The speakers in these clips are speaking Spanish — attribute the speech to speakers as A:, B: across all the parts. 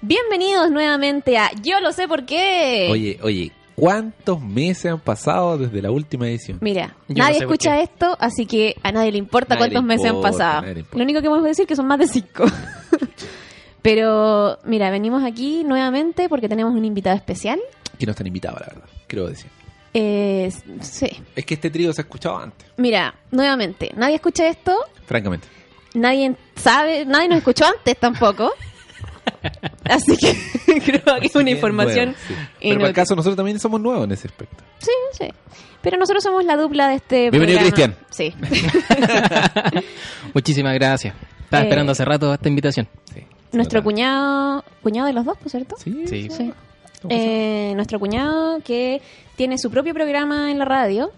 A: Bienvenidos nuevamente a Yo lo sé por qué.
B: Oye, oye, ¿cuántos meses han pasado desde la última edición?
A: Mira,
C: Yo
A: nadie
C: no sé por
A: escucha
C: qué.
A: esto, así que a nadie le importa
B: Nadie
A: cuántos
B: le
A: meses han
B: importa,
A: pasado.
B: nadie le importa.
A: Lo único que podemos decir es que son más de cinco. Pero mira, venimos aquí nuevamente porque tenemos un invitado especial.
B: Que no están invitados, la verdad, quiero decir.
A: Eh, sí.
B: Es que este trío se ha escuchado antes,
A: Mira, nuevamente, nadie escucha esto,
B: francamente.
A: nadie sabe, nadie nos escuchó antes tampoco. Así que creo que es una
B: Bien
A: información.
B: nuevo, sí. Pero
A: inútil.
B: para el caso, nosotros también somos nuevos en ese aspecto.
A: Sí, sí. Pero nosotros somos la dupla de este.
B: Bienvenido,
A: programa.
B: Cristian.
A: Sí.
C: Muchísimas gracias. Estaba
A: Eh.
C: esperando hace rato esta invitación.
B: Sí,
A: Nuestro
B: ¿verdad?
A: cuñado, cuñado de los dos, por cierto.
B: Sí,
C: Sí.
A: Sí.
B: ¿Cómo
A: Eh, nuestro cuñado que tiene su propio programa en la radio,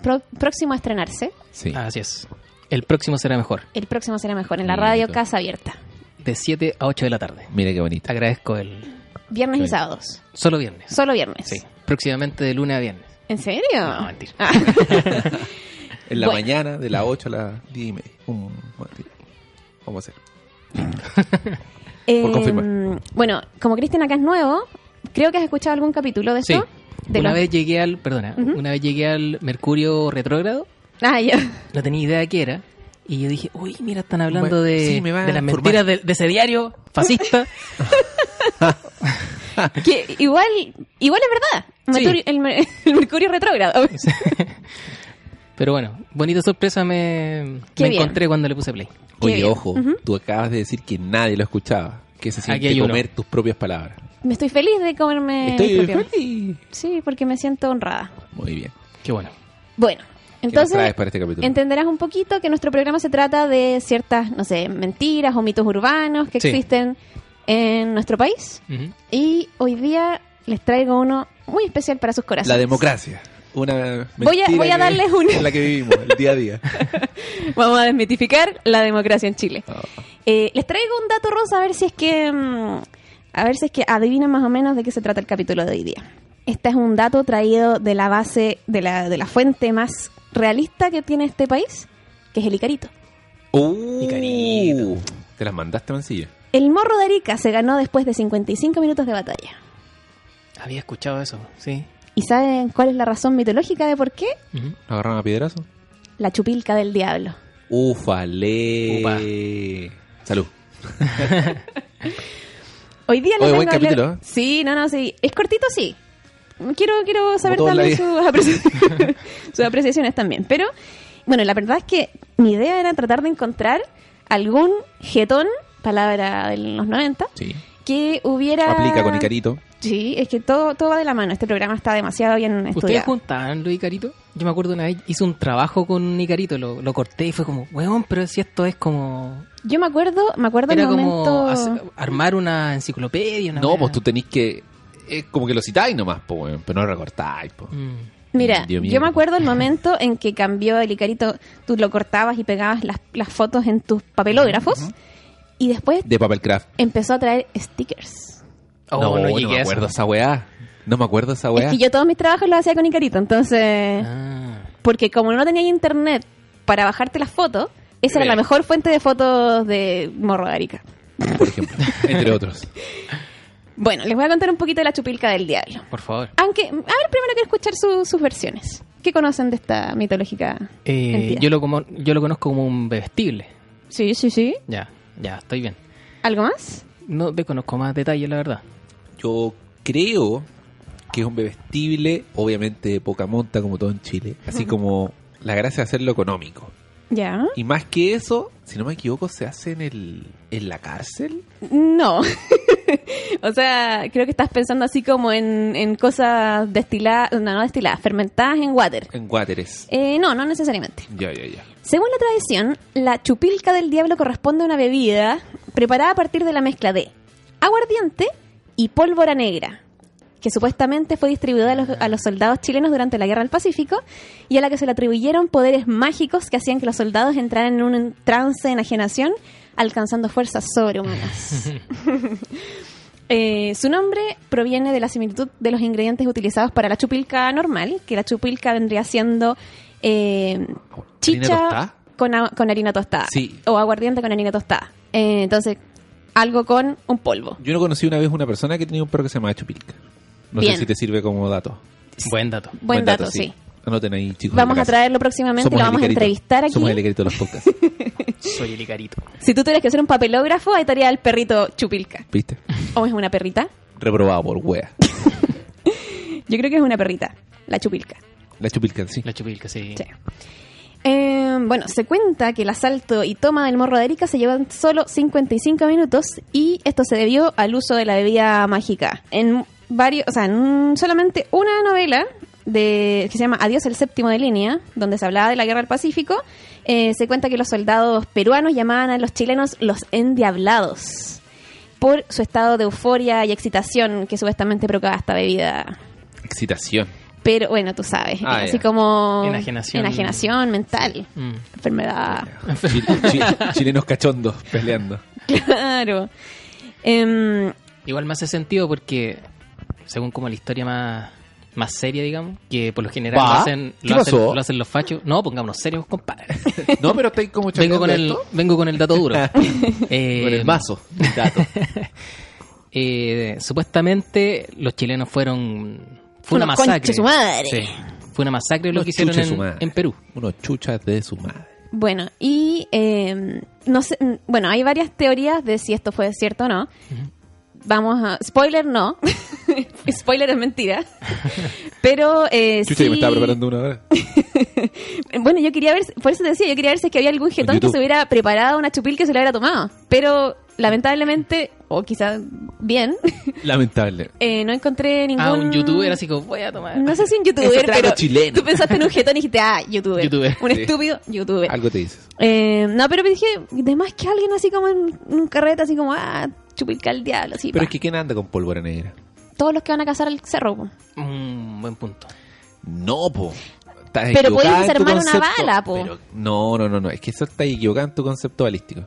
A: pro- próximo a estrenarse.
B: sí.
C: Así es. El próximo será mejor,
A: El próximo será mejor, en la
B: Bonito.
A: radio Casa Abierta.
C: de 7 a 8 de la tarde.
B: Mira qué bonito.
C: Agradezco el
A: Viernes y
B: Sí.
A: sábados.
C: solo viernes.
A: Solo viernes.
C: Sí, próximamente de lunes a viernes.
A: ¿En serio?
C: No, mentira.
A: Ah.
B: En la
A: Bueno.
B: mañana, de las 8 a las 10 y media. Un momentito. Vamos a hacer.
A: Eh,
B: confirmar.
A: bueno, como Cristian acá es nuevo, creo que has escuchado algún capítulo de
C: Sí.
A: esto. De
C: una
A: los-
C: vez llegué al, perdona,
A: Ujú.
C: una vez llegué al Mercurio retrógrado,
A: Ah, ya.
C: no tenía idea de qué era y yo dije, "Uy, mira, están hablando
B: Bueno,
C: de,
B: sí, me va
C: de
B: a
C: las
B: informar.
C: mentiras de, de ese diario fascista."
A: Que igual, igual es verdad.
C: Sí.
A: Mercurio- el, mer- el Mercurio retrógrado.
C: Pero bueno, bonita sorpresa me,
A: Qué
C: me
A: bien.
C: encontré cuando le puse play.
A: Qué
B: Oye,
A: bien.
B: ojo,
A: Ujú.
B: tú acabas de decir que nadie lo escuchaba. Que se siente
C: hay uno.
B: comer tus propias palabras.
A: Me estoy feliz de comerme. mis
B: Estoy
A: propios-
B: feliz.
A: Sí, porque me siento honrada.
B: Muy bien.
C: Qué bueno.
A: Bueno,
B: ¿Qué nos
A: entonces
B: traes para este capítulo?
A: entenderás un poquito que nuestro programa se trata de ciertas, no sé, mentiras o mitos urbanos que
C: Sí.
A: existen en nuestro país.
C: Ujú.
A: Y hoy día les traigo uno muy especial para sus corazones.
B: la democracia. Una
A: Voy a-
B: mentira
A: voy a
B: que-
A: darles un-
B: en la que vivimos el día a día.
A: Vamos a desmitificar la democracia en Chile.
B: Oh,
A: Eh, les traigo un dato rosa a ver si es que mm, a ver si es que adivinan más o menos de qué se trata el capítulo de hoy día. Este es un dato traído de la base de la, de la fuente más realista que tiene este país, que es el Icarito.
B: Uh,
C: Mi cariño.
B: te las mandaste mancilla.
A: El morro de Arica se ganó después de 55 minutos de batalla.
C: Había escuchado eso, sí.
A: ¿Y saben cuál es la razón mitológica de por qué?
C: Ujú.
B: ¿Lo agarraron a piedrazo?
A: La chupilca del diablo.
B: Ufale. Salud.
A: Hoy día les
B: Oye,
A: vengo
B: buen
A: a hablar-
B: capítulo, ¿eh?
A: Sí, no, no, sí. Es cortito, sí. Quiero, quiero saber
B: todo en la
A: también sus, apreci- sus apreciaciones también. Pero, bueno, la verdad es que mi idea era tratar de encontrar algún jetón, palabra de los 90,
B: Sí.
A: que hubiera...
B: Aplica con Icarito.
A: Sí, es que todo, todo va de la mano. Este programa está demasiado bien
C: ¿Ustedes
A: estudiado.
C: juntaban los Icaritos? Yo me acuerdo una vez hice un trabajo con un Icarito, lo, lo corté y fue como, weón, pero si esto es como.
A: Yo me acuerdo, me acuerdo
C: Era
A: el momento...
C: como hacer- armar una enciclopedia. Una
B: No,
C: weá.
B: pues tú tenés que. Es como que lo citáis nomás, po, weón, pero no lo recortáis, pues. po.
C: Mm.
A: Mira,
B: Dios mío.
A: yo me acuerdo el momento en que cambió el Icarito, tú lo cortabas y pegabas las, las fotos en tus papelógrafos y después
B: De papel craft.
A: empezó a traer stickers.
C: Oh,
B: no, no,
C: llegué a
B: me
C: eso.
B: acuerdo esa weá. No me acuerdo esa weá.
A: Es que yo todos mis trabajos los hacía con Icarito, entonces...
C: Ah.
A: Porque como no tenía internet para bajarte las fotos, esa era
B: Eh.
A: la mejor fuente de fotos de Morro de Arica.
B: Por ejemplo, entre otros.
A: Bueno, les voy a contar un poquito de la chupilca del diablo.
C: Por favor.
A: Aunque, a ver, primero quiero escuchar su- sus versiones. ¿Qué conocen de esta mitológica
C: Eh,
A: entidad?
C: yo, lo como, yo lo conozco como un bebestible.
A: Sí, sí, sí.
C: Ya, ya, estoy bien.
A: ¿Algo más?
C: No desconozco más detalles, la verdad.
B: Yo creo que es un bebestible, obviamente de poca monta, como todo en Chile. Así como la gracia de hacerlo económico.
A: Ya.
B: Y más que eso, si no me equivoco, se hace en, el, en la cárcel.
A: No. o sea, creo que estás pensando así como en, en cosas destiladas, no, no destiladas, fermentadas en water.
B: En Guáteres.
A: Eh, no, no necesariamente.
B: Ya, ya, ya.
A: Según la tradición, la chupilca del diablo corresponde a una bebida preparada a partir de la mezcla de aguardiente y pólvora negra, que supuestamente fue distribuida a los, a los soldados chilenos durante la Guerra del Pacífico y a la que se le atribuyeron poderes mágicos que hacían que los soldados entraran en un trance de enajenación, alcanzando fuerzas sobrehumanas. Eh, su nombre proviene de la similitud de los ingredientes utilizados para la chupilca normal, que la chupilca vendría siendo eh,
B: ¿Harina
A: chicha
B: tostada?
A: con, a- con harina tostada
B: Sí.
A: o aguardiente con harina tostada. Eh, entonces, algo con un polvo.
B: Yo no conocí una vez una persona que tenía un perro que se llamaba Chupilca. No
A: Bien.
B: sé si te sirve como dato.
C: Buen dato.
A: Buen, dato, sí.
B: Anoten ahí, chicos.
A: Vamos
B: en la
A: a
B: casa.
A: traerlo próximamente, lo
B: Somos el
A: vamos a
B: Icarito.
A: entrevistar aquí.
B: Somos el Icarito de los podcasts.
C: Soy el Icarito.
A: Si tú tuvieras que hacer un papelógrafo, ahí estaría el perrito Chupilca.
B: ¿Viste?
A: ¿O es una perrita?
B: Reprobado por wea.
A: Yo creo que es una perrita, la Chupilca.
B: La Chupilca, en sí.
C: La chupilca, sí.
A: Sí. Eh, bueno, se cuenta que el asalto y toma del morro de Arica se llevan solo 55 minutos y esto se debió al uso de la bebida mágica. En varios, o sea, en solamente una novela de, que se llama Adiós el séptimo de línea, donde se hablaba de la guerra del Pacífico, eh, se cuenta que los soldados peruanos llamaban a los chilenos los endiablados por su estado de euforia y excitación que supuestamente provocaba esta bebida
B: Excitación.
A: pero bueno, tú sabes,
B: Ah,
A: así
B: ya.
A: como
C: Enajenación.
A: enajenación mental,
C: Mm.
A: enfermedad,
B: Chil- chi- chilenos cachondos peleando.
A: claro. Em,
C: Igual me hace sentido porque, según como la historia más, más seria, digamos, que por lo general
B: Pa,
C: lo hacen,
B: ¿qué
C: lo, hacen,
B: pasó?
C: lo hacen los fachos. No, pongámonos serios, compadre.
B: No, pero estáis como
C: Vengo con, el,
B: chacoteando
C: vengo con el dato duro.
B: esto
C: Eh,
B: Con el mazo. Dato.
C: eh, supuestamente los chilenos fueron... Fue una
A: Unos
C: masacre.
A: conches su madre.
C: Sí. Fue una masacre lo
B: Unos
C: que hicieron
B: chuches su
C: en,
B: madre.
C: en Perú.
B: Unos chuchas de su madre.
A: bueno, y em, no sé, mm, bueno, hay varias teorías de si esto fue cierto o no. Vamos a... Spoiler no. spoiler es mentira. Pero... Eh,
B: Chucha, yo me
A: sí-
B: estaba preparando una hora.
A: Bueno, yo quería ver, por eso te decía, yo quería ver si es que había algún jetón que
B: YouTube.
A: se hubiera preparado una chupil que se la hubiera tomado. Pero lamentablemente, o quizás bien,
B: Lamentable.
A: eh, no encontré ningún...
C: Ah, un youtuber así como, voy a tomar...
A: No sé si un
B: Ese
A: youtuber,
B: trago
A: pero
B: chileno.
A: tú pensaste en un jetón y dijiste, ah, youtuber.
C: Youtuber.
A: Un
B: Sí.
A: estúpido youtuber.
B: Algo te dices.
A: Eh, no, pero dije, de más que alguien así como en un carrete, así como, ah, chupica al diablo, así.
B: Pero
A: pa.
B: es que ¿quién anda con pólvora negra?
A: Todos los que van a cazar al cerro. po.
C: Mm, buen punto.
B: No, po. Estás
A: Pero podéis
B: equivocada en tu
A: desarmar una
B: concepto.
A: bala, po.
B: Pero- no, no, no, no. Es que eso está equivocado en tu concepto balístico.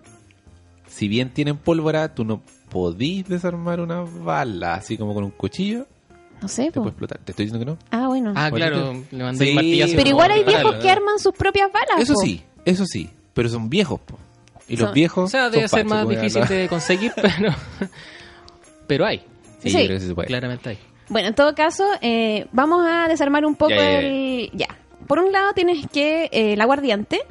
B: Si bien tienen pólvora, tú no podís desarmar una bala así como con un cuchillo.
A: No sé,
B: Te puede
A: po.
B: explotar. Te estoy diciendo que no.
A: Ah, bueno.
C: Ah,
B: Oye,
C: claro,
B: tú-
C: le mandé
B: Sí.
C: un martillazo.
A: pero
B: no,
A: igual hay
B: no,
A: viejos
B: no,
A: que arman sus propias balas.
B: Eso
A: po.
B: sí, eso sí. Pero son viejos, po. Y los
A: Son-
B: viejos.
C: O sea, debe
B: son
C: ser
B: fachos,
C: más
B: como ya
C: difícil
B: hablaba.
C: de conseguir, pero, pero hay.
B: Sí,
A: Sí.
B: yo creo que sí se puede.
C: Claramente hay.
A: Bueno, en todo caso, eh, vamos a desarmar un poco
B: Ya, ya, ya.
A: el... Ya. Por un lado tienes que eh, el aguardiente.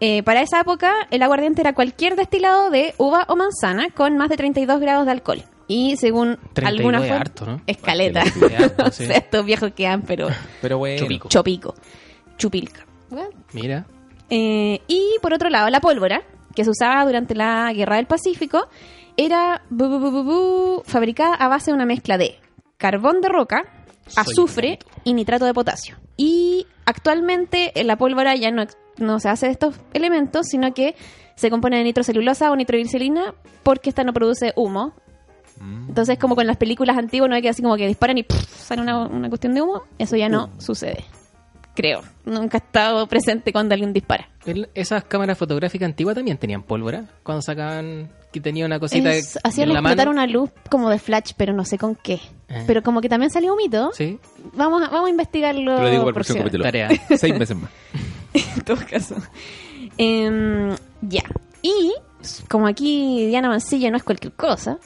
A: Eh, para esa época, el aguardiente era cualquier destilado de uva o manzana con más de 32 grados de alcohol. Y según
C: 32
A: alguna
C: es
A: fuente...
C: harto, ¿no?
A: Escaleta.
B: Harto,
C: es harto,
A: o
C: pues, sí.
A: sea, estos viejos quedan, pero
B: Pero bueno.
C: Chupico.
A: chopico. Chupilca.
C: Mira,
A: Eh, y por otro lado, la pólvora, que se usaba durante la Guerra del Pacífico, era bu, bu, bu, bu, bu, fabricada a base de una mezcla de carbón de roca,
C: Soy
A: azufre
C: tonto.
A: y nitrato de potasio. Y actualmente eh, la pólvora ya no, no se hace de estos elementos, sino que se compone de nitrocelulosa o nitroglicerina porque esta no produce humo.
B: Mm.
A: Entonces, como con las películas antiguas, no hay que así como que disparan y ¡puf! sale una, una cuestión de humo. Eso ya no sucede. Creo. Nunca he estado presente cuando alguien dispara.
C: el- esas cámaras fotográficas antiguas también tenían pólvora. Cuando sacaban, que tenía una cosita
A: Es-
C: en
A: hacían
C: la
A: explotar
C: mano.
A: una luz como de flash, pero no sé con qué.
C: Ah.
A: Pero como que también salió humito.
C: Sí,
A: Vamos, a, vamos a investigarlo.
B: Te lo digo al próximo
A: próximo.
B: capítulo.
C: Tarea.
B: Seis meses más.
A: En todo caso. Em, ya. Y como aquí Diana Mancilla no es cualquier cosa,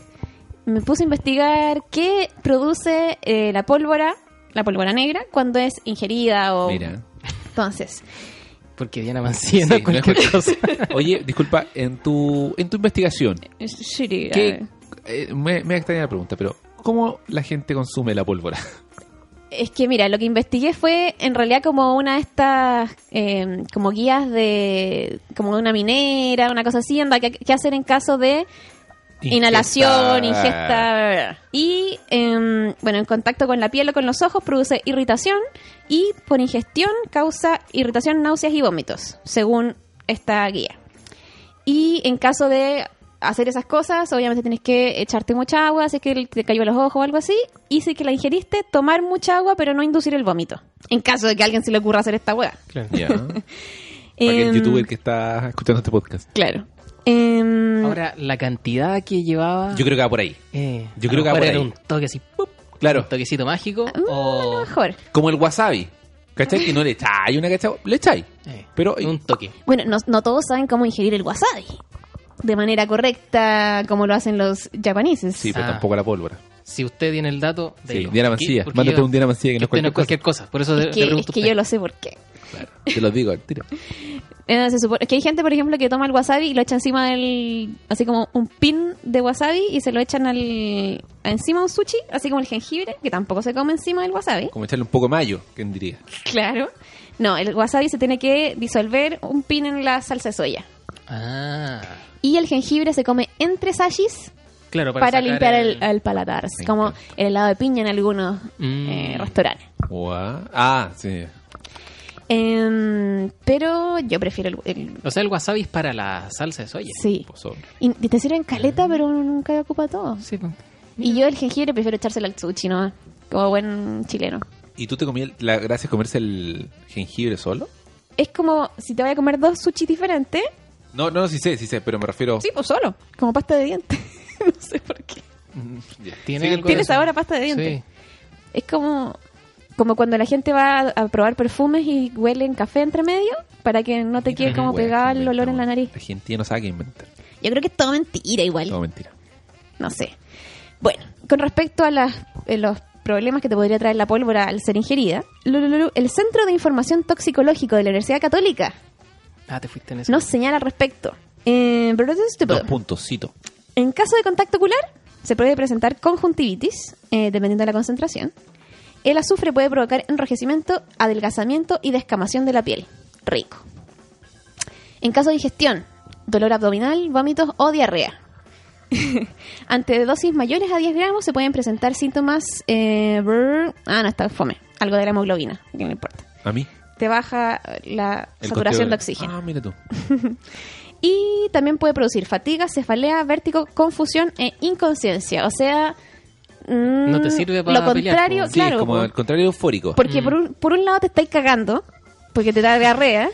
A: me puse a investigar qué produce eh, la pólvora, la pólvora negra, cuando es ingerida
C: Oh.
A: o...
B: Mira.
A: Entonces,
C: porque Diana Mancilla no
B: Sí,
C: es cualquier
B: no es
C: cosa.
B: Oye, disculpa, en tu, en tu investigación,
A: es- sí,
B: ¿qué- eh, me, me extraña la pregunta, pero ¿cómo la gente consume la pólvora?
A: Es que mira, lo que investigué fue en realidad como una de estas, eh, como guías de, como de una minera, una cosa así, anda, ¿qué, qué hacer en caso de inhalación, ingesta? bla, bla, bla. Y, eh, bueno, en contacto con la piel o con los ojos produce irritación y por ingestión causa irritación, náuseas y vómitos, según esta guía. Y en caso de hacer esas cosas, obviamente tienes que echarte mucha agua, si es que te cayó a los ojos o algo así. Y si es que la ingeriste, tomar mucha agua, pero no inducir el vómito. En caso de que a alguien se le ocurra hacer esta hueá. Em,
C: Claro.
B: Ya. Para que el youtuber que está escuchando este podcast.
A: Claro. Em,
C: Ahora, la cantidad que llevaba.
B: Yo creo que va por ahí.
C: eh,
B: yo
C: a
B: creo
C: lo
B: que va
C: mejor
B: por
C: era
B: ahí.
C: un toque así, ¡pup!
B: Claro,
C: un toquecito mágico.
A: mm, a lo
C: o.
A: mejor.
B: como el wasabi. ¿Cachai? Que no le echáis una cachai, le echáis.
C: eh,
B: Pero-
C: un toque.
A: Bueno, no, no todos saben cómo ingerir el wasabi. de manera correcta, como lo hacen los japoneses.
B: Sí, pues
C: Ah.
B: tampoco la pólvora.
C: Si usted tiene el dato,
B: Sí,
C: delo.
B: Diana
C: Porque-
B: Mancilla.
C: porque
B: Mándate
C: yo-
B: un Diana Mancilla que no es
C: usted no
B: cualquier
C: es cualquier cosa. Por eso le-
A: es
C: le
A: que,
C: pregunto
A: es que
C: a usted.
A: yo lo sé por qué.
B: cosa. Te lo digo al tiro.
A: Eh, se supone- es que hay gente, por ejemplo, que toma el wasabi y lo echa encima del. Así como un pin de wasabi y se lo echan al. encima de un sushi, así como el jengibre, que tampoco se come encima del wasabi.
B: Como echarle un poco de mayo, ¿quién diría?
A: Claro. No, el wasabi se tiene que disolver un pin en la salsa de soya.
C: Ah,
A: Y el jengibre se come entre sashis
C: claro,
A: para,
C: para, sacar
A: limpiar el,
C: el-
A: el paladar.
B: Me
A: Como
B: encanta.
A: el helado de piña en algunos
C: Mm.
A: eh, restaurantes.
B: Guau. Ah, sí.
A: Em, pero yo prefiero el. el-
C: O sea, el wasabi es para la salsa de soya.
A: sí.
B: Pues, obvio.
A: Y y te sirven caleta, pero uno nunca ocupa todo.
C: Sí, pues.
A: Y yo el jengibre prefiero echárselo al sushi, ¿no? Como buen chileno.
B: ¿Y tú te comías el- la gracia es comerse el jengibre solo?
A: Es como si te voy a comer dos sushis diferentes.
B: No, no, sí sé, sí sé, pero me refiero.
A: Sí, pues solo. Como pasta de dientes. no sé por qué.
B: Ya.
C: Tiene,
B: Sí,
C: algo
A: Tiene
C: de eso.
A: sabor a pasta de dientes.
C: Sí.
A: Es como, como cuando la gente va a, a probar perfumes y huelen café entre medio para que no te quede
B: Qué
A: como
B: wea que
A: pegado el
B: inventa,
A: olor en la
B: weón.
A: nariz.
B: La gente ya no sabe qué inventar.
A: Yo creo que es todo mentira igual.
B: No, mentira.
A: No sé. Bueno, con respecto a las, eh, los problemas que te podría traer la pólvora al ser ingerida, lulululu, el Centro de Información Toxicológico de la Universidad Católica
C: Ah, te fuiste en eso.
A: nos señala al respecto. Eh, pero entonces te puedo-
B: Dos puntosito.
A: en caso de contacto ocular, se puede presentar conjuntivitis, eh, dependiendo de la concentración. El azufre puede provocar enrojecimiento, adelgazamiento y descamación de la piel. Rico. En caso de digestión, dolor abdominal, vómitos o diarrea. Ante dosis mayores a 10 gramos se pueden presentar síntomas... eh, brr, ah, no, está fome. Algo de la hemoglobina, que no importa.
B: A mí.
A: Te baja la
B: el
A: saturación
B: conteo-
A: de oxígeno.
B: Ah, mira tú.
A: Y también puede producir fatiga, cefalea, vértigo, confusión e inconsciencia. O sea, mm,
C: No te sirve para
A: lo
C: pelear,
A: contrario,
C: pues.
B: Sí,
A: claro.
B: como
A: po.
B: al contrario de eufórico.
A: Porque
C: Mm.
A: por, un, por un lado te estáis cagando, porque te da diarrea.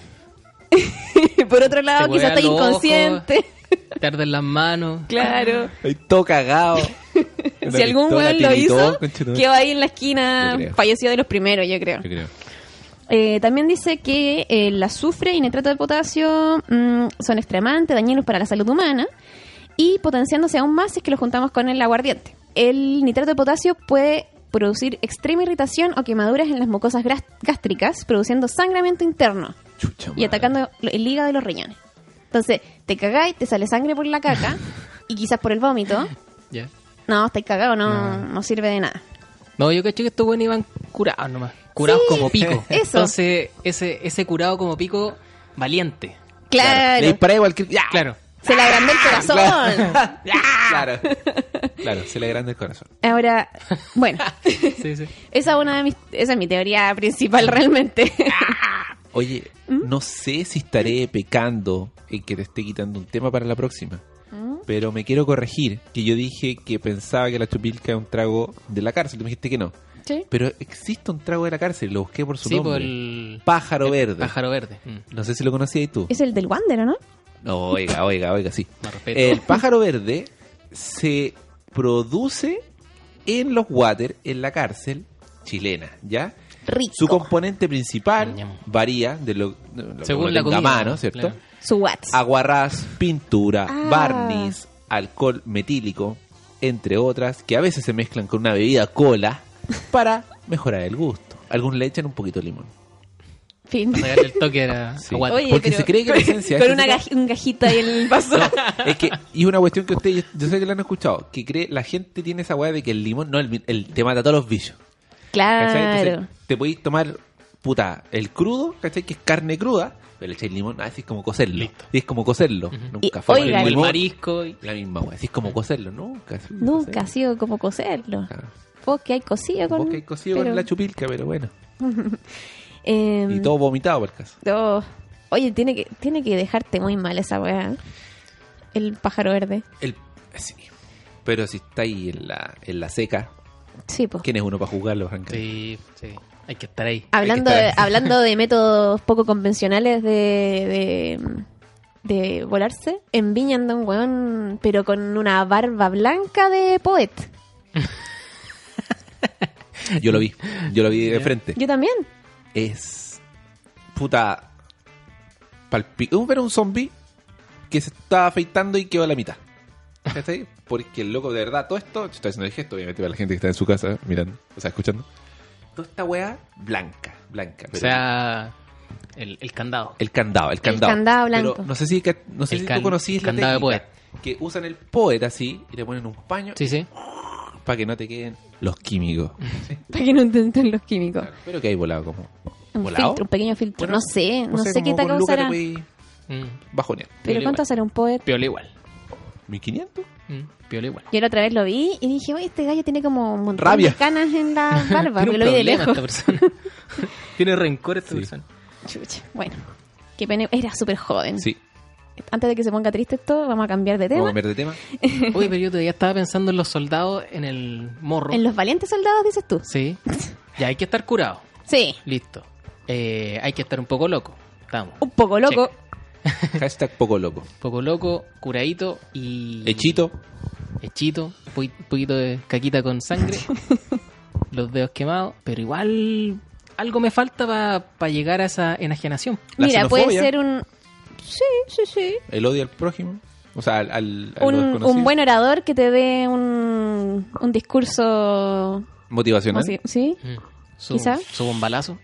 A: por otro lado,
C: Te
A: quizás
C: huean
A: estás
C: los ojos.
A: inconsciente.
C: Te arden las manos.
A: Claro.
B: Ahí todo cagado.
A: si algún weón lo hizo, quedó ahí en la esquina,
B: Yo creo.
A: falleció de los primeros, yo creo.
B: Yo creo.
A: Eh, también dice que eh, el azufre y nitrato de potasio mm, son extremadamente dañinos para la salud humana y potenciándose aún más si es que lo juntamos con el aguardiente. El nitrato de potasio puede producir extrema irritación o quemaduras en las mucosas gras- gástricas, produciendo sangramiento interno
B: Chucha,
A: y
B: madre.
A: atacando lo- el hígado y los riñones. Entonces, te cagáis, te sale sangre por la caca y quizás por el vómito.
C: Ya.
A: No, estáis cagados, no,
C: No.
A: no sirve de nada.
C: No, yo caché que estos buenos iban curados nomás. Curados
A: Sí,
C: como pico.
A: eso.
C: Entonces, ese, ese curado como pico, valiente.
A: Claro,
B: Le disparé a cualquier.
A: Ah.
B: ¡Ya!
C: Claro.
A: se le agrandó el corazón.
B: Claro. Claro, se le agranda el corazón.
A: Ahora, bueno,
C: Sí, sí.
A: esa es una de mis, esa es mi teoría principal realmente.
B: Oye,
C: ¿Mm?
B: no sé si estaré pecando en que te esté quitando un tema para la próxima.
A: Mm,
B: Pero me quiero corregir que yo dije que pensaba que la chupilca era un trago de la cárcel. Tú me dijiste que no.
A: ¿Sí?
B: Pero existe un trago de la cárcel, lo busqué por su
C: Sí,
B: nombre.
C: por el
B: Pájaro verde.
C: pájaro verde. Mm,
B: No sé si lo conocías tú.
A: Es el del Wander, ¿o ¿no?
B: No, oiga, oiga, oiga, sí.
C: más respeto.
B: El pájaro verde se produce en los water, en la cárcel chilena, ¿ya?
A: Rico.
B: Su componente principal
C: Ñam.
B: varía de lo, de lo que
C: Según
B: uno
C: la
B: tenga a
C: comida,
B: mano, ¿cierto?
C: claro.
A: Su Watts.
B: Ah. Aguarrás, pintura,
A: Ah.
B: barniz, alcohol metílico, entre otras, que a veces se mezclan con una bebida cola para mejorar el gusto. Algunos le echan un poquito de limón.
A: Fin.
C: Para darle el toque era
B: Sí.
C: aguante.
B: Oye, Porque se cree que la esencia
A: con
B: es
A: una
B: esa-
A: gaj- un gajita y el vaso.
B: Es que, y una cuestión que ustedes, yo sé que la han escuchado, que cree, la gente tiene esa weá de que el limón, no, el, mi- el- te mata todos los bichos. ¿cachai? Entonces,
A: claro.
B: te podéis tomar, puta, el crudo, ¿cachai? Que es carne cruda, pero le echáis limón, ah, así es como cocerlo.
C: Listo.
B: Y es como cocerlo. Nunca
A: Y,
B: fue
A: oiga,
B: el
C: el
B: limón,
C: marisco. y-
B: La misma weá, así es como cocerlo, nunca. Ah. así,
A: Nunca ha
B: cocerlo.
A: sido como cocerlo.
B: Claro.
A: Vos que hay cocido con...
B: Vos que hay cocido
A: pero-
B: con la chupilca, pero bueno.
A: Em,
B: Y todo vomitado por el caso.
A: oh. Oye, tiene que, tiene que dejarte muy mal esa weá. El pájaro verde.
B: El, sí. Pero si está ahí en la, en la seca,
A: Sí, pues.
B: ¿quién es uno para juzgarlo, Franca?
C: Sí, sí. Hay que estar ahí.
A: Hablando,
B: Hay que
A: de,
B: estar-
A: hablando de métodos poco convencionales de, de, de volarse, en Viña anda un weón, pero con una barba blanca de poet.
B: Yo lo vi, yo lo vi de frente.
A: Yo también.
B: es puta palpi- un pero un zombie que se estaba afeitando y quedó a la mitad. ¿Cachai? Porque el loco, de verdad, todo esto, yo estoy haciendo el gesto, obviamente, para la gente que está en su casa mirando, o sea, escuchando. Toda esta weá blanca, blanca.
C: O
B: pero-
C: sea, el, el candado.
B: el candado, el candado.
A: candado blanco.
B: Pero no sé si, ca- no sé
C: El
B: si
C: can-
B: tú conocís la
C: candado de
B: técnica que usan el poder así y le ponen un paño
C: Sí, sí.
B: para que no te queden los químicos.
A: Para que no intenten los químicos.
B: Claro, pero que hay volado como.
A: Un
B: ¿Volado?
A: filtro, un pequeño filtro.
B: Bueno,
A: no sé, no sé
B: como
A: qué te
B: con Luca te
A: causará.
B: podí
C: Mm.
B: bajonear.
A: Pero
C: Piola
A: ¿cuánto
C: igual.
A: será un poet?
C: Piola igual.
B: ¿1500?
C: Mm. Piola igual.
A: Yo la otra vez lo vi y dije, oye, este gallo tiene como un montón
B: Rabia.
A: de canas en la barba,
C: Tiene
A: porque
C: un
A: lo vi de
C: problema
A: lejos.
C: esta persona. Tiene rencor esta
B: Sí.
C: persona.
A: Chucha, bueno. Qué pene, era súper joven.
B: Sí.
A: Antes de que se ponga triste esto, vamos a cambiar de
B: Vamos a
A: tema.
B: cambiar de tema.
C: Oye, pero yo todavía estaba pensando en los soldados, en el morro.
A: En los valientes soldados, dices tú.
C: Sí. Ya hay que estar curado.
A: Sí,
C: Listo. Eh, hay que estar un poco loco. Estamos.
A: un poco loco.
B: Hashtag poco loco.
C: Un poco loco, curadito y...
B: Hechito.
C: Hechito. Un poquito de caquita con sangre. los dedos quemados. Pero igual algo me falta para llegar a esa enajenación.
B: La
A: Mira, puede
B: xenofobia,
A: ser un. Sí, sí, sí.
B: El odio al prójimo. O sea, al, al- a lo
A: Un,
B: desconocido.
A: un buen orador que te dé un, un discurso.
B: Motivacional.
A: así- ¿Sí?
C: Mm. Su,
A: Quizá.
C: su bombalazo.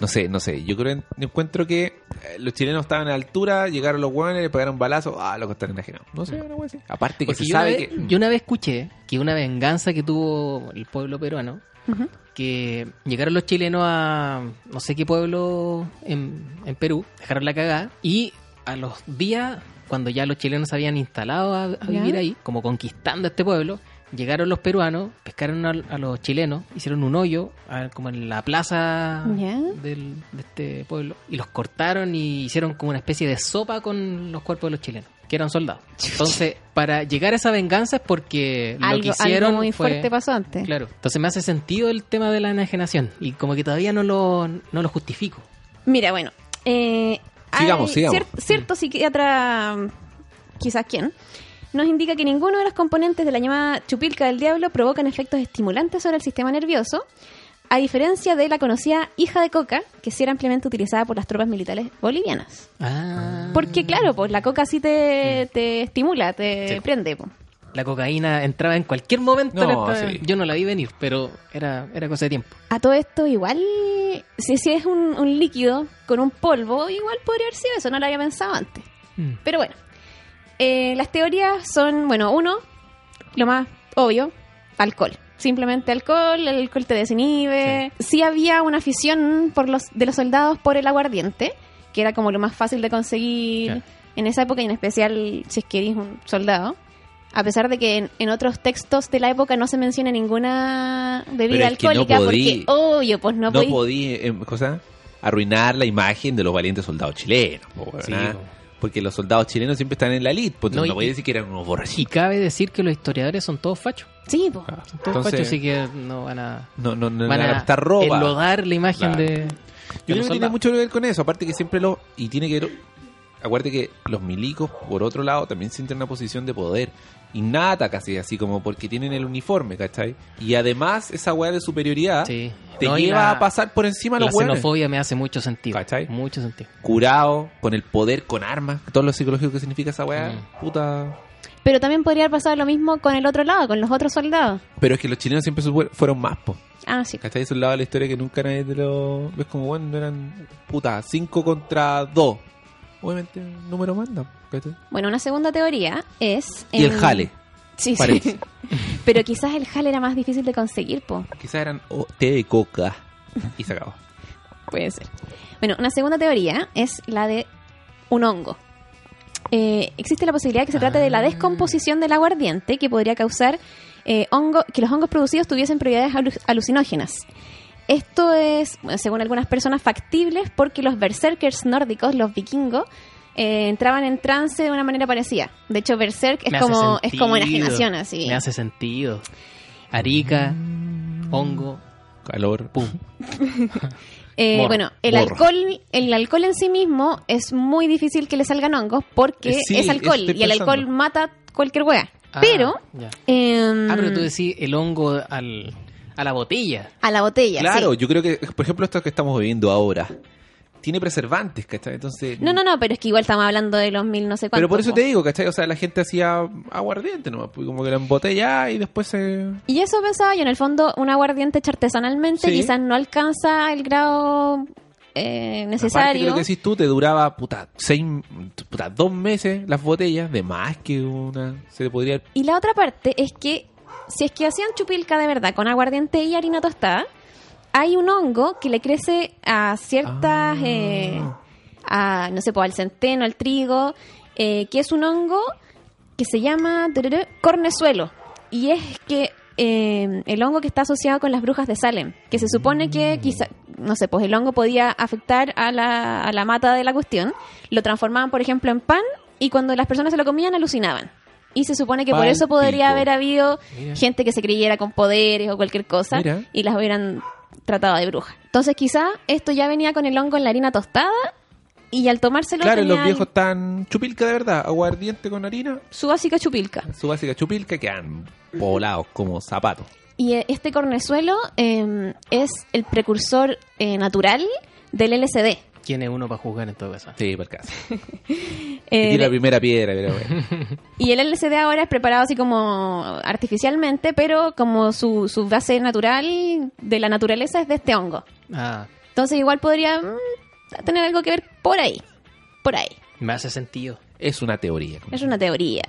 B: No sé, no sé. Yo creo, yo encuentro que eh, los chilenos estaban a la altura, llegaron los hueones, le pegaron balazo, ah, los están enajenados. No sé,
A: Mm.
B: una hueá así. Aparte que
C: Porque
B: se
C: yo una
B: sabe
C: vez-
B: que...
C: yo una vez escuché que una venganza que tuvo el pueblo peruano
A: Ujú.
C: que llegaron los chilenos a no sé qué pueblo en, en Perú, dejaron la cagada y a los días, cuando ya los chilenos se habían instalado a, a
A: Ya.
C: vivir ahí, como conquistando este pueblo, llegaron los peruanos, pescaron a, a los chilenos, hicieron un hoyo a- como en la plaza
A: Ya.
C: del- de este pueblo y los cortaron y hicieron como una especie de sopa con los cuerpos de los chilenos, que eran soldados. Entonces, para llegar a esa venganza es porque lo que
A: Algo,
C: hicieron
A: algo muy
C: fue-
A: fuerte pasó antes.
C: Claro, entonces me hace sentido el tema de la enajenación y como que todavía no lo, no lo justifico.
A: Mira, bueno. eh, hay
B: Sigamos, sigamos. Mm.
A: cier- cierto psiquiatra, mm, quizás quién, nos indica que ninguno de los componentes de la llamada chupilca del diablo provocan efectos estimulantes sobre el sistema nervioso, a diferencia de la conocida hija de coca, que sí era ampliamente utilizada por las tropas militares bolivianas.
C: Ah.
A: Porque claro, pues la coca sí te, te estimula, te
C: Sí.
A: prende. po.
C: La cocaína entraba en cualquier momento.
B: No,
C: la estaba-
B: sí.
C: Yo no la vi venir, pero era, era cosa de tiempo.
A: A todo esto igual, si, si es un, un líquido con un polvo, igual podría haber sido eso, no lo había pensado antes.
B: Mm.
A: Pero bueno, eh, las teorías son, bueno, uno, lo más obvio, alcohol. Simplemente alcohol, el alcohol te desinhibe. Sí, había una afición por los, de los soldados por el aguardiente, que era como lo más fácil de conseguir
C: Claro.
A: en esa época y en especial si es que eres un soldado. A pesar de que en, en otros textos de la época no se menciona ninguna bebida
B: es que no
A: alcohólica, porque,
B: podí-
A: obvio, pues no,
B: no
A: podí-
B: podí eh, cosa, arruinar la imagen de los valientes soldados chilenos. po, weón,
C: Sí,
B: ah.
C: po.
B: Porque los soldados chilenos siempre están en la elite. Pues,
C: No,
B: no,
C: y-
B: podía decir que eran unos
C: Y
B: borrachitos.
C: cabe decir que los historiadores son todos fachos.
A: Sí, pues.
B: Ah.
C: Son todos fachos,
B: Entonces,
C: así que no van a,
B: no, no, no
C: Ah, van
B: van a gastar ropa.
C: enlodar la imagen
B: Claro.
C: de. de
B: Yo creo
C: los
B: que tiene
C: soldados.
B: mucho que ver con eso. Aparte que siempre lo... Y tiene que ver... Acuérdate que los milicos, por otro lado, también sienten una posición de poder innata casi, así como porque tienen el uniforme, ¿cachai? Y además esa weá de superioridad
C: Sí.
B: te
C: No, y
B: lleva
C: la-
B: a pasar por encima a
C: La
B: los weones.
C: xenofobia me hace mucho sentido.
B: ¿Cachai?
C: Mucho sentido.
B: Curado, con el poder, con armas, todo lo psicológico que significa esa weá,
C: Mm.
B: puta...
A: Pero también podría haber pasado lo mismo con el otro lado, con los otros soldados.
B: Pero es que los chilenos siempre supu- fueron más, po.
A: Ah, sí.
B: ¿Cachai? Es un lado de la historia que nunca nadie te lo... Ves como, bueno, eran, puta, 5 contra 2. Obviamente, el número manda, ¿cachai?
A: Bueno, una segunda teoría es...
B: Y el
A: en-
B: jale.
A: Sí, sí.
B: parece.
A: Pero quizás el jale era más difícil de conseguir, po.
B: Quizás eran o- té de coca. Y se acabó.
A: Puede ser. Bueno, una segunda teoría es la de un hongo. Eh, existe la posibilidad que se trate de la
C: Ah.
A: descomposición del aguardiente que podría causar eh, hongo, que los hongos producidos tuviesen propiedades alu- alucinógenas. Esto es, bueno, según algunas personas, factibles porque los berserkers nórdicos, los vikingos, eh, entraban en trance de una manera parecida. De hecho, berserk es
C: Me hace
A: como es como
C: sentido.
A: enajenación, así.
C: Me hace sentido. Arica,
B: Mm.
C: hongo,
B: Calor.
C: pum.
A: Eh,
C: Morro,
A: bueno, el
B: morro.
A: alcohol, el alcohol en sí mismo es muy difícil que le salgan hongos porque
B: Eh, sí,
A: es alcohol
B: estoy
A: y el
B: pensando.
A: alcohol mata cualquier wea.
C: Ah,
A: pero,
C: ya.
A: em,
C: Ah, pero tú decís el hongo al, a la botella.
A: a la botella.
B: Claro,
A: sí.
B: yo creo que, por ejemplo, esto que estamos viviendo ahora, tiene preservantes, ¿cachai? Entonces.
A: No, no, no, pero es que igual estamos hablando de los mil no sé cuántos.
B: Pero por eso
A: po.
B: te digo, ¿cachai? O sea, la gente hacía aguardiente nomás, pues, como que la embotellaba y después se.
A: Y eso pensaba yo, en el fondo, un aguardiente hecho artesanalmente
B: Sí.
A: quizás no alcanza el grado eh,
B: Aparte,
A: necesario.
B: lo que decís tú, te duraba puta, seis, puta, dos meses las botellas, de más que una. Se le podría.
A: Y la otra parte es que si es que hacían chupilca de verdad con aguardiente y harina tostada, hay un hongo que le crece a ciertas,
B: Ah.
A: eh, a, no sé, pues, al centeno, al trigo, eh, que es un hongo que se llama tarará, cornezuelo. Y es que eh, el hongo que está asociado con las brujas de Salem, que se supone
B: Mm.
A: que quizá, no sé, pues el hongo podía afectar a la, a la mata de la cuestión, lo transformaban, por ejemplo, en pan y cuando las personas se lo comían alucinaban. Y se supone que por
B: Pal
A: eso podría
B: pico.
A: haber habido
B: Mira.
A: gente que se creyera con poderes o cualquier cosa
B: Mira.
A: y las hubieran tratado de bruja. Entonces quizá esto ya venía con el hongo en la harina tostada y al tomárselo
B: Claro, los
A: tenían
B: viejos tan chupilca de verdad, aguardiente con harina,
A: su básica chupilca.
B: su básica chupilca quedan volados como zapatos.
A: Y eh, este cornezuelo eh, es el precursor eh, natural del LSD.
C: ¿Quién es uno para juzgar en todo caso?
B: Sí, por caso.
A: Eh,
B: Y la primera piedra, pero bueno.
A: y el LSD ahora es preparado así como artificialmente, pero como su, su base natural de la naturaleza es de este hongo.
C: Ah,
A: Entonces igual podría mm, tener algo que ver por ahí. Por ahí.
C: me hace sentido.
B: Es una teoría.
A: Es una teoría.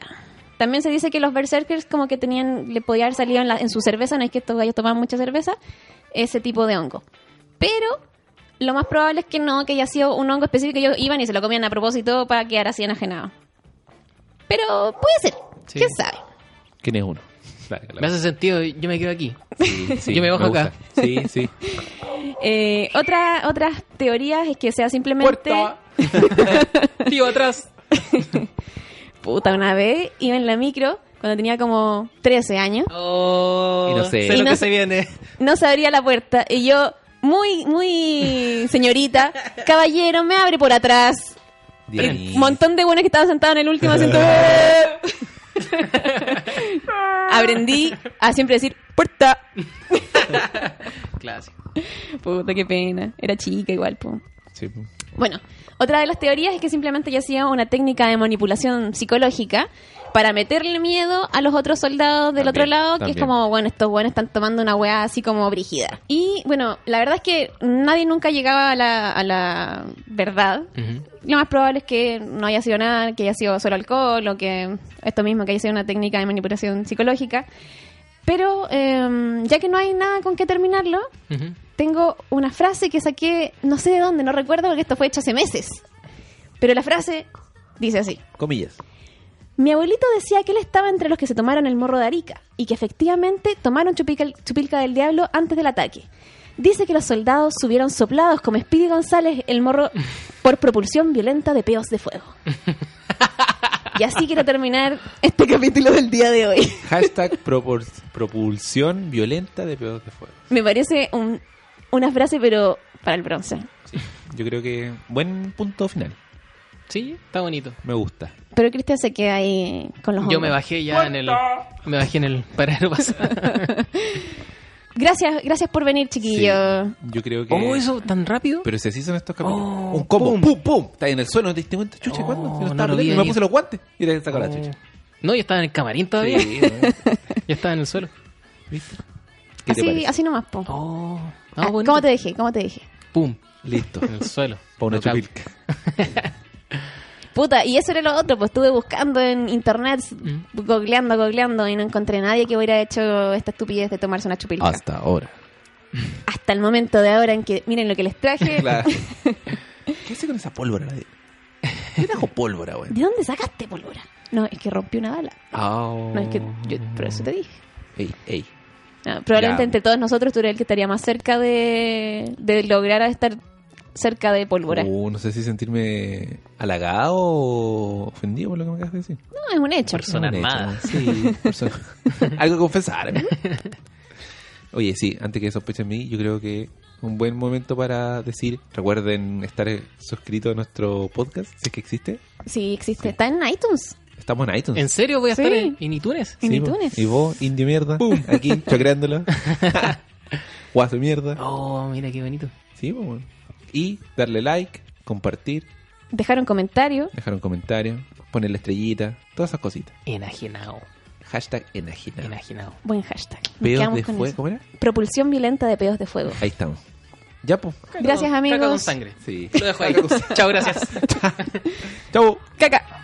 A: También se dice que los berserkers como que tenían, le podía haber salido en, la- en su cerveza, no es que estos gallos tomaban mucha cerveza, ese tipo de hongo. Pero lo más probable es que no, que haya sido un hongo específico que ellos iban y se lo comían a propósito para quedar así enajenados. Pero puede ser,
C: Sí.
A: quién sabe.
B: ¿Quién es uno? Claro, claro.
C: Me hace sentido, yo me quedo aquí.
B: Sí, sí,
C: Yo me bajo acá.
B: gusta. Sí, sí.
A: Eh, otra, otras teorías es que sea simplemente...
C: Tío, atrás.
A: Puta, una vez iba en la micro cuando tenía como 13 años.
C: Oh,
B: Y no sé.
C: sé
A: Y
C: lo
A: no
C: que
A: sé.
C: se viene.
A: no se abría la puerta y yo muy muy señorita caballero me abre por atrás
B: Bien.
A: un montón de buenas que estaban sentados en el último asiento ¡Eh! aprendí a siempre decir puerta
C: Clásico.
A: puta qué pena era chica igual po.
B: Sí.
A: bueno otra de las teorías es que simplemente yo hacía una técnica de manipulación psicológica para meterle miedo a los otros soldados del
B: También,
A: otro lado, que es
B: también.
A: como, bueno, estos buenos están tomando una weá así como brígida. Y bueno, la verdad es que nadie nunca llegaba a la, a la verdad. Lo más probable es que no haya sido nada, que haya sido solo alcohol o que esto mismo, que haya sido una técnica de manipulación psicológica. Pero eh, ya que no hay nada con qué terminarlo,
C: Ujú.
A: tengo una frase que saqué, no sé de dónde, no recuerdo porque esto fue hecho hace meses. Pero la frase dice así.
B: Comillas.
A: Mi abuelito decía que él estaba entre los que se tomaron el morro de Arica y que efectivamente tomaron chupica, chupilca del diablo antes del ataque. Dice que los soldados subieron soplados como Speedy González el morro por propulsión violenta de peos de fuego. Y así quiero terminar este capítulo del día de hoy.
B: Hashtag propor- propulsión violenta de pedos de fuego.
A: Me parece un- una frase, pero para el bronce.
B: Yo creo que buen punto final.
C: Sí, está bonito.
B: Me gusta.
A: Pero Cristian se queda ahí con los
C: Yo
A: hombros.
C: me bajé ya en el. Me bajé en el paradero pasado.
A: Gracias, gracias por venir, chiquillo.
B: Sí. Yo creo que.
C: ¿Cómo eso tan rápido?
B: Pero se hicieron estos capítulos.
C: Oh,
B: Oh, un combo.
C: pum.
B: Pum. pum, Está ahí en el suelo. No te diste cuenta, chucha,
C: Oh,
B: ¿cuándo? Si no
C: no
B: estaba
C: lo vi
B: peleando, me
C: ahí.
B: puse los guantes y le sacó la
C: Oh.
B: chucha.
C: No, yo estaba en el camarín todavía.
B: Sí, bueno,
C: Yo estaba en el suelo.
B: ¿viste? ¿Qué te
A: Así,
B: parece?
A: así nomás, po.
C: Oh,
A: Ah, ¿Cómo te dejé? ¿Cómo te dejé?
C: Pum,
B: Listo.
C: en el suelo.
B: Para una
C: No cabe.
B: chupilca.
A: Puta, y eso era lo otro, pues estuve buscando en internet,
C: Mm.
A: googleando, googleando, y no encontré a nadie que hubiera hecho esta estupidez de tomarse una chupilca. Hasta,
B: ahora.
A: el momento de ahora en que, miren lo que les traje.
B: Claro. ¿Qué hace con esa pólvora? ¿Qué trajo pólvora, güey?
A: ¿De dónde sacaste pólvora? No, es que rompí una bala.
B: Oh.
A: No, es que yo por eso te dije.
B: Ey, ey.
A: No, probablemente
B: Ya.
A: entre todos nosotros tú eres el que estaría más cerca de, de lograr estar cerca de pólvora.
B: Uh, no sé si sentirme halagado o ofendido por lo que me acabas de decir.
A: No, es un hecho.
C: Persona
B: Un hecho,
C: armada.
B: ¿no? Sí, persona- Algo que confesar. amigo. Oye, sí, antes que sospechen mí, yo creo que un buen momento para decir, recuerden estar eh, suscrito a nuestro podcast, si es que existe.
A: Sí, existe. Está en iTunes.
B: Estamos en iTunes.
C: ¿En serio voy a
A: Sí.
C: estar en, en iTunes?
A: en
B: Sí,
A: iTunes.
B: Y vos, indio mierda, aquí, chocreándolo. Guaso mierda.
C: Oh, mira qué bonito.
B: Sí, pues, bueno. Y darle like, compartir,
A: Dejar un comentario.
B: dejar un comentario, poner la estrellita, todas esas cositas.
C: Enajenado.
B: Hashtag enajenado.
C: Enajenado.
A: Buen hashtag. Nos
B: Peos
A: quedamos
B: de
A: con
B: fuego.
A: eso.
B: ¿Cómo era?
A: Propulsión violenta de pedos de fuego.
B: Ahí estamos. Ya, pues.
A: Gracias,
C: Caca con-
A: amigos.
C: Caca con sangre.
B: Sí.
C: Lo dejo ahí. Chao, gracias.
B: Chau.
A: Caca.